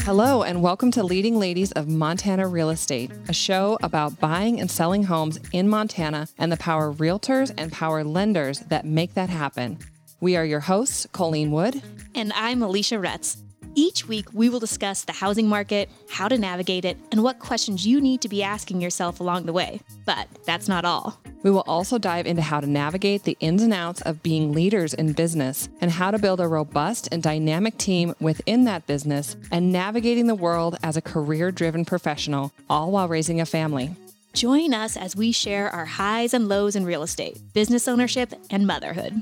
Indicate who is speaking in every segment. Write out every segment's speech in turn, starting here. Speaker 1: Hello, and welcome to Leading Ladies of Montana Real Estate, a show about buying and selling homes in Montana and the power realtors and power lenders that make that happen. We are your hosts, Colleen Wood.
Speaker 2: And I'm Alicia Retz. Each week, we will discuss the housing market, how to navigate it, and what questions you need to be asking yourself along the way. But that's not all.
Speaker 1: We will also dive into how to navigate the ins and outs of being leaders in business and how to build a robust and dynamic team within that business and navigating the world as a career driven professional, all while raising a family.
Speaker 2: Join us as we share our highs and lows in real estate, business ownership, and motherhood.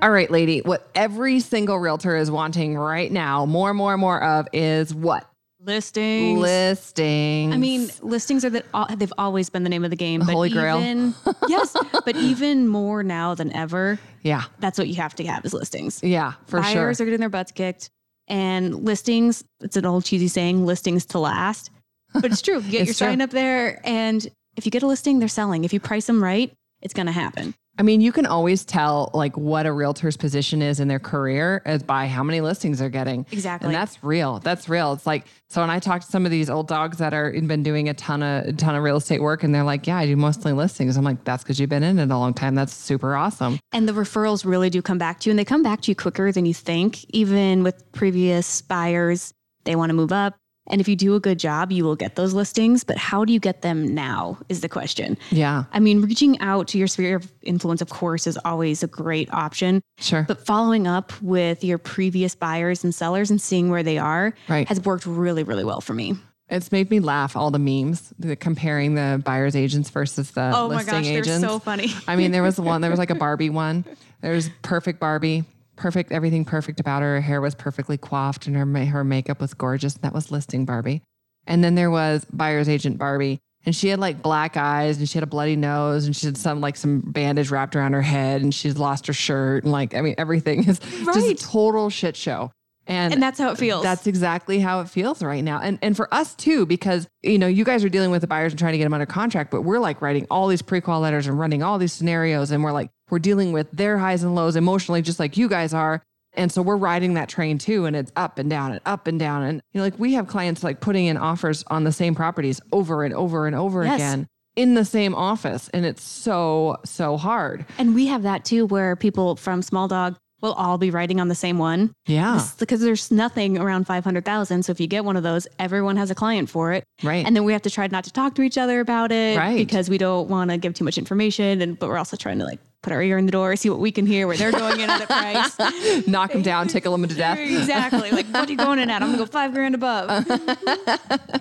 Speaker 1: All right, lady, what every single realtor is wanting right now, more, more, more of is what?
Speaker 3: listings.
Speaker 1: Listings.
Speaker 3: I mean, listings are that all, they've always been the name of the game. But
Speaker 1: Holy grail.
Speaker 3: Even, yes, but even more now than ever,
Speaker 1: yeah,
Speaker 3: that's what you have to have is listings.
Speaker 1: yeah, for sure.
Speaker 3: Buyers are getting their butts kicked, and listings. It's an old cheesy saying, listings to last, but it's true. Get your
Speaker 1: It's true.
Speaker 3: sign up there, and if you get a listing, they're selling. If you price them right, it's going to happen.
Speaker 1: I mean, you can always tell like what a realtor's position is in their career as by how many listings they're getting.
Speaker 3: Exactly.
Speaker 1: And that's real. That's real. It's like so when I talk to some of these old dogs that are been doing a ton of a ton of real estate work and they're like, Yeah, I do mostly listings. I'm like, that's because you've been in it a long time. That's super awesome.
Speaker 3: And the referrals really do come back to you, and they come back to you quicker than you think. Even with previous buyers, they want to move up. And if you do a good job, you will get those listings. But how do you get them now is the question.
Speaker 1: Yeah,
Speaker 3: I mean, reaching out to your sphere of influence, of course, is always a great option.
Speaker 1: sure.
Speaker 3: But following up with your previous buyers and sellers and seeing where they are
Speaker 1: Right.
Speaker 3: has worked really, really well for me.
Speaker 1: It's made me laugh all the memes, the comparing the buyer's agents versus the
Speaker 3: Oh
Speaker 1: listing agents.
Speaker 3: funny.
Speaker 1: I mean, there was one, there was like a Barbie one. There was perfect Barbie, perfect, everything perfect about her. Her hair was perfectly coiffed and her, ma- her makeup was gorgeous. That was listing Barbie. And then there was buyer's agent Barbie. And she had like black eyes and she had a bloody nose and she had some like some bandage wrapped around her head and she's lost her shirt. And like, I mean, everything is just a
Speaker 3: Right.
Speaker 1: total shit show. And,
Speaker 3: And that's how it feels.
Speaker 1: that's exactly how it feels right now. And and for us too, because you know, you guys are dealing with the buyers and trying to get them under contract, but we're like writing all these pre-qual letters and running all these scenarios and we're like we're dealing with their highs and lows emotionally just like you guys are. And so we're riding that train too and it's up and down and up and down and you know like we have clients like putting in offers on the same properties over and over and over
Speaker 3: Yes.
Speaker 1: again in the same office and it's so so hard.
Speaker 3: and we have that too, where people from Small Dog will all be writing on the same one.
Speaker 1: Yeah.
Speaker 3: because there's nothing around 500,000. So if you get one of those, everyone has a client for it.
Speaker 1: Right.
Speaker 3: And then we have to try not to talk to each other about it
Speaker 1: Right.
Speaker 3: because we don't want to give too much information. And, but we're also trying to like put our ear in the door, see what we can hear, where they're going in at a price.
Speaker 1: Knock them down, tickle them to death.
Speaker 3: exactly. Like, what are you going in at? I'm going to go five grand above.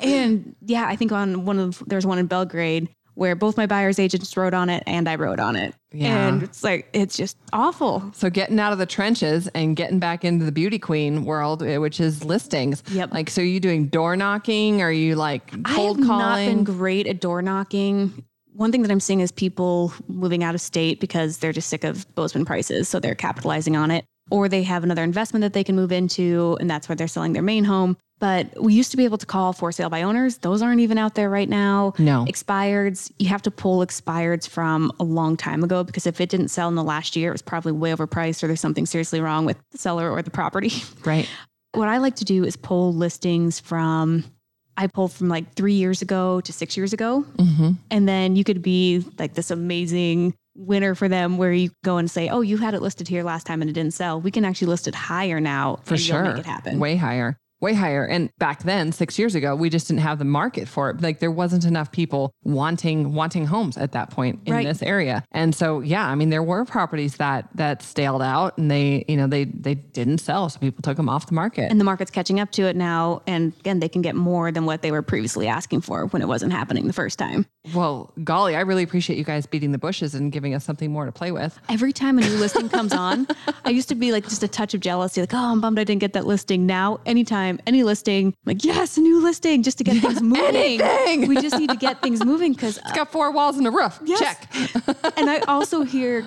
Speaker 3: and yeah, I think on one of, there's one in Belgrade where both my buyer's agents wrote on it and I wrote on it.
Speaker 1: Yeah.
Speaker 3: And it's like, it's just awful.
Speaker 1: So getting out of the trenches and getting back into the beauty queen world, eh, which is listings.
Speaker 3: Yep.
Speaker 1: Like, so are you doing door knocking? Are you like cold
Speaker 3: I
Speaker 1: calling?
Speaker 3: have not been great at door knocking. One thing that I'm seeing is people moving out of state because they're just sick of Bozeman prices, so they're capitalizing on it, or they have another investment that they can move into, and that's where they're selling their main home. But we used to be able to call for sale by owners; those aren't even out there right now.
Speaker 1: No.
Speaker 3: expireds. You have to pull expireds from a long time ago because if it didn't sell in the last year, it was probably way overpriced, or there's something seriously wrong with the seller or the property.
Speaker 1: right.
Speaker 3: what I like to do is pull listings from I pull from like three years ago to six years ago.
Speaker 1: hmm
Speaker 3: And then you could be like this amazing winner for them where you go and say, Oh, you had it listed here last time and it didn't sell. We can actually list it higher now
Speaker 1: For
Speaker 3: and
Speaker 1: sure.
Speaker 3: you'll make it happen.
Speaker 1: Way higher. Way higher. And back then, six years ago, we just didn't have the market for it. Like there wasn't enough people wanting wanting homes at that point in
Speaker 3: Right.
Speaker 1: this area. And so yeah, I mean there were properties that that staled out and they, you know, they they didn't sell. So people took them off the market.
Speaker 3: and the market's catching up to it now. And again, they can get more than what they were previously asking for when it wasn't happening the first time.
Speaker 1: well, golly, I really appreciate you guys beating the bushes and giving us something more to play with.
Speaker 3: Every time a new listing comes on, I used to be like just a touch of jealousy, like, oh, I'm bummed I didn't get that listing. Now, anytime, any listing, I'm like, yes, a new listing just to get things moving.
Speaker 1: anything.
Speaker 3: We just need to get things moving because,
Speaker 1: It's got four walls and a roof.
Speaker 3: Yes.
Speaker 1: Check.
Speaker 3: and I also hear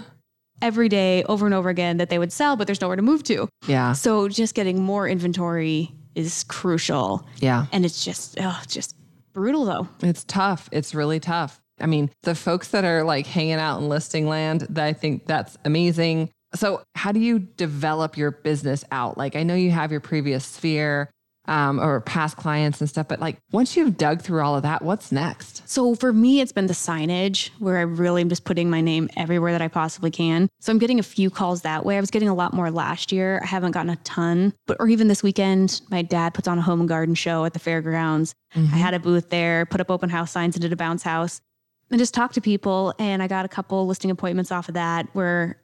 Speaker 3: every day over and over again that they would sell, but there's nowhere to move to.
Speaker 1: Yeah.
Speaker 3: So just getting more inventory is crucial.
Speaker 1: Yeah.
Speaker 3: And it's just, oh, just brutal though.
Speaker 1: It's tough. It's really tough. I mean, the folks that are like hanging out in listing land, that I think that's amazing. So, how do you develop your business out? Like, I know you have your previous sphere um, or past clients and stuff, but like, once you've dug through all of that, what's next?
Speaker 3: So for me, it's been the signage where I really am just putting my name everywhere that I possibly can. So I'm getting a few calls that way. I was getting a lot more last year. I haven't gotten a ton, but or even this weekend, my dad puts on a home and garden show at the fairgrounds. I had a booth there, put up open house signs and did a bounce house and just talked to people. And I got a couple listing appointments off of that where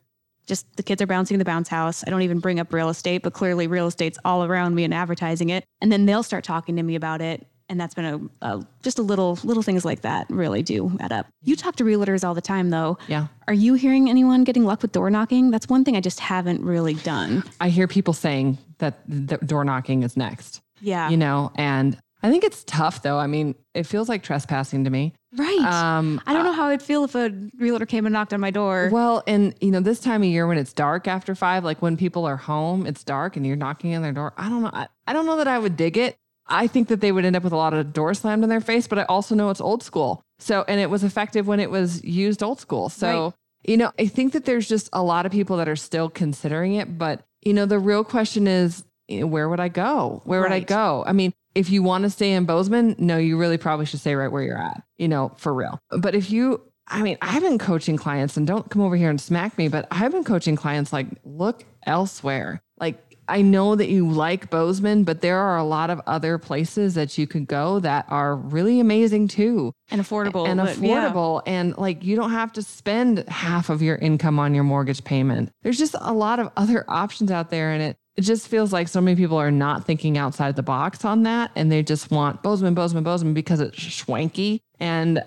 Speaker 3: just the kids are bouncing the bounce house. I don't even bring up real estate, but clearly real estate's all around me and advertising it. And then they'll start talking to me about it. And that's been a, a just a little little things like that really do add up. You talk to realtors all the time though.
Speaker 1: Yeah.
Speaker 3: Are you hearing anyone getting luck with door knocking? That's one thing I just haven't really done.
Speaker 1: I hear people saying that the door knocking is next,
Speaker 3: Yeah.
Speaker 1: you know, and I think it's tough though. I mean, it feels like trespassing to me.
Speaker 3: right.
Speaker 1: Um,
Speaker 3: I don't know how I'd feel if a realtor came and knocked on my door.
Speaker 1: Well, and you know, this time of year when it's dark after five, like when people are home, it's dark and you're knocking on their door. I don't know. I, I don't know that I would dig it. I think that they would end up with a lot of doors slammed in their face, but I also know it's old school. So, and it was effective when it was used old school. So,
Speaker 3: Right.
Speaker 1: you know, I think that there's just a lot of people that are still considering it. But, you know, the real question is you know, eh, where would I go? Where would I
Speaker 3: Right.
Speaker 1: go? I mean, if you want to stay in Bozeman, no, you really probably should stay right where you're at, you know, for real. But if you, I mean, I've been coaching clients and don't come over here and smack me, but I've been coaching clients like, look elsewhere. Like, I know that you like Bozeman, but there are a lot of other places that you could go that are really amazing too
Speaker 3: and affordable.
Speaker 1: and
Speaker 3: but yeah.
Speaker 1: affordable and like you don't have to spend half of your income on your mortgage payment there's just a lot of other options out there and it it just feels like so many people are not thinking outside the box on that and they just want bozeman bozeman bozeman because it's schwanky and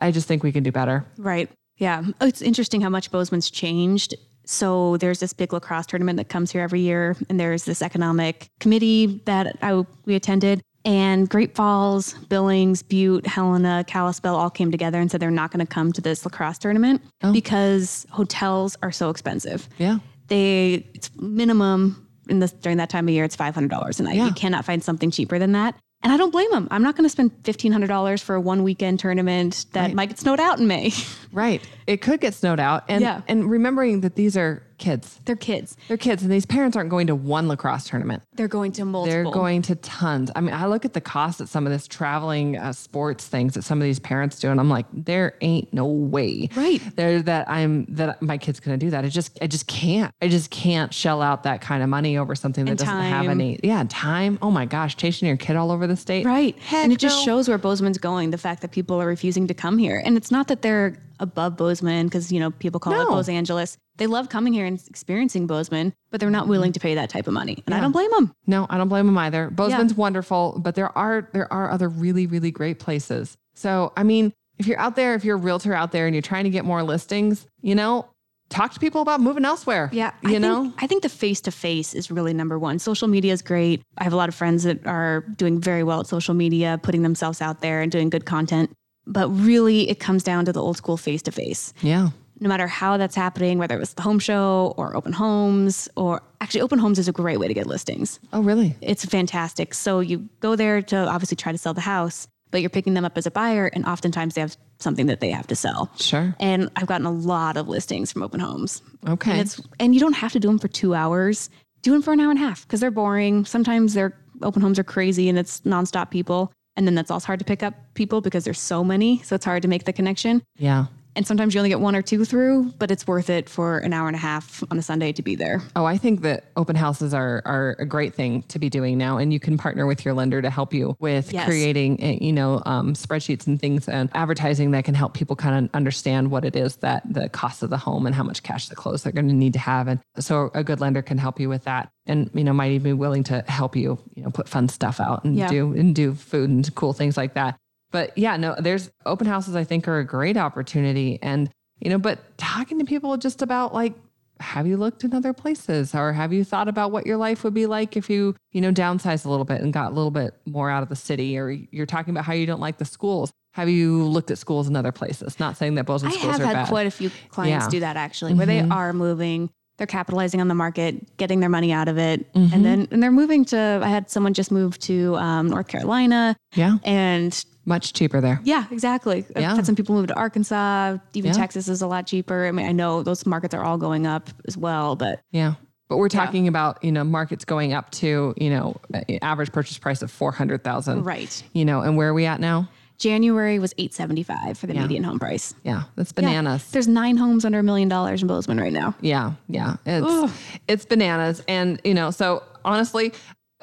Speaker 1: i just think we can do better
Speaker 3: Right. Yeah. Oh, It's interesting how much Bozeman's changed. So there's this big lacrosse tournament that comes here every year, and there's this economic committee that I, we attended. And Great Falls, Billings, Butte, Helena, Kalispell all came together and said they're not going to come to this lacrosse tournament
Speaker 1: Oh.
Speaker 3: because hotels are so expensive.
Speaker 1: yeah
Speaker 3: They it's minimum in this during that time of year it's five hundred dollars a night.
Speaker 1: Yeah.
Speaker 3: You cannot find something cheaper than that. And I don't blame them. I'm not going to spend fifteen hundred dollars for a one weekend tournament that might get snowed out in May.
Speaker 1: right it could get snowed out and
Speaker 3: Yeah.
Speaker 1: and remembering that these are kids
Speaker 3: They're kids.
Speaker 1: they're kids and these parents aren't going to one lacrosse tournament
Speaker 3: They're going to multiple.
Speaker 1: They're going to tons. I mean, I look at the cost at some of this traveling uh, sports things that some of these parents do, and I'm like, there ain't no way,
Speaker 3: Right.
Speaker 1: There that I'm that my kid's gonna do that. I just I just can't. I just can't shell out that kind of money over something that
Speaker 3: And
Speaker 1: doesn't have
Speaker 3: time.
Speaker 1: any. Yeah, time. Oh my gosh, chasing your kid all over the state.
Speaker 3: Right.
Speaker 1: Heck
Speaker 3: and it just
Speaker 1: no.
Speaker 3: shows where Bozeman's going, the fact that people are refusing to come here. And it's not that they're above Bozeman because, you know, people call it
Speaker 1: No.
Speaker 3: Los Angeles. They love coming here and experiencing Bozeman, but they're not
Speaker 1: Mm.
Speaker 3: willing to pay that type of money. And I don't blame them.
Speaker 1: No, I don't blame them either. Bozeman's wonderful, but there are there are other really really great places. So, I mean, if you're out there, if you're a realtor out there and you're trying to get more listings, you know, talk to people about moving elsewhere.
Speaker 3: I
Speaker 1: you
Speaker 3: think-
Speaker 1: know.
Speaker 3: I think the face to face is really number one. Social media is great. I have a lot of friends that are doing very well at social media, putting themselves out there and doing good content. But really, it comes down to the old school face to face.
Speaker 1: Yeah.
Speaker 3: no matter how that's happening, whether it was the home show or open homes, or actually, open homes is a great way to get listings.
Speaker 1: Oh, really?
Speaker 3: It's fantastic. So you go there to obviously try to sell the house, but you're picking them up as a buyer, and oftentimes they have something that they have to sell.
Speaker 1: Sure.
Speaker 3: And I've gotten a lot of listings from open homes.
Speaker 1: Okay.
Speaker 3: And it's and you don't have to do them for two hours. Do them for an hour and a half because they're boring. Sometimes their open homes are crazy and it's nonstop people. And then that's also hard to pick up people because there's so many. So it's hard to make the connection.
Speaker 1: yeah.
Speaker 3: And sometimes you only get one or two through, but it's worth it for an hour and a half on a Sunday to be there.
Speaker 1: Oh, I think that open houses are are a great thing to be doing now, and you can partner with your lender to help you with
Speaker 3: Yes.
Speaker 1: creating, eh, you know, um, spreadsheets and things and advertising that can help people kind of understand what it is that the cost of the home and how much cash to close they're going to need to have, and so a good lender can help you with that, and you know, might even be willing to help you, you know, put fun stuff out and
Speaker 3: Yeah.
Speaker 1: do and do food and cool things like that. But yeah, no, there's open houses I think are a great opportunity, and you know, but talking to people just about like have you looked in other places or have you thought about what your life would be like if you you know downsized a little bit and got a little bit more out of the city or you're talking about how you don't like the schools have you looked at schools in other places not saying that bozeman
Speaker 3: I
Speaker 1: schools
Speaker 3: have
Speaker 1: are
Speaker 3: had
Speaker 1: bad Mm-hmm.
Speaker 3: quite a few clients
Speaker 1: Yeah.
Speaker 3: do that actually, where they are moving they're capitalizing on the market, getting their money out of it,
Speaker 1: Mm-hmm.
Speaker 3: and then and they're moving to. I had someone just move to um, North Carolina,
Speaker 1: Yeah.
Speaker 3: and
Speaker 1: Much cheaper there.
Speaker 3: yeah, exactly.
Speaker 1: Yeah.
Speaker 3: I've had some people move to Arkansas. Even
Speaker 1: Yeah.
Speaker 3: Texas is a lot cheaper. I mean, I know those markets are all going up as well, but
Speaker 1: Yeah. But we're talking about, you know, markets going up to, you know, a- average purchase price of 400,000.
Speaker 3: right.
Speaker 1: You know, and where are we at now?
Speaker 3: January was eight seventy five for the median home price.
Speaker 1: Yeah. That's
Speaker 3: Yeah.
Speaker 1: bananas.
Speaker 3: There's nine homes under a million dollars in Bozeman right now.
Speaker 1: Yeah, yeah. It's it's bananas. And you know, so honestly,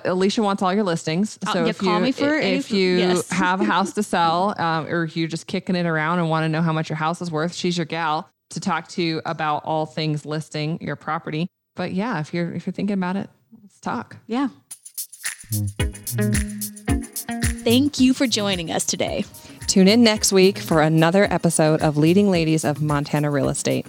Speaker 1: Alicia wants all your listings. So
Speaker 2: Uh, yeah,
Speaker 1: if
Speaker 2: call
Speaker 1: you
Speaker 2: me for
Speaker 1: i- if
Speaker 2: any-
Speaker 1: you
Speaker 2: yes.
Speaker 1: have a house to sell, um, or if you're just kicking it around and want to know how much your house is worth, she's your gal to talk to about all things listing your property. But yeah, if you're if you're thinking about it, let's talk.
Speaker 3: Yeah.
Speaker 2: Thank you for joining us today.
Speaker 1: Tune in next week for another episode of Leading Ladies of Montana Real Estate.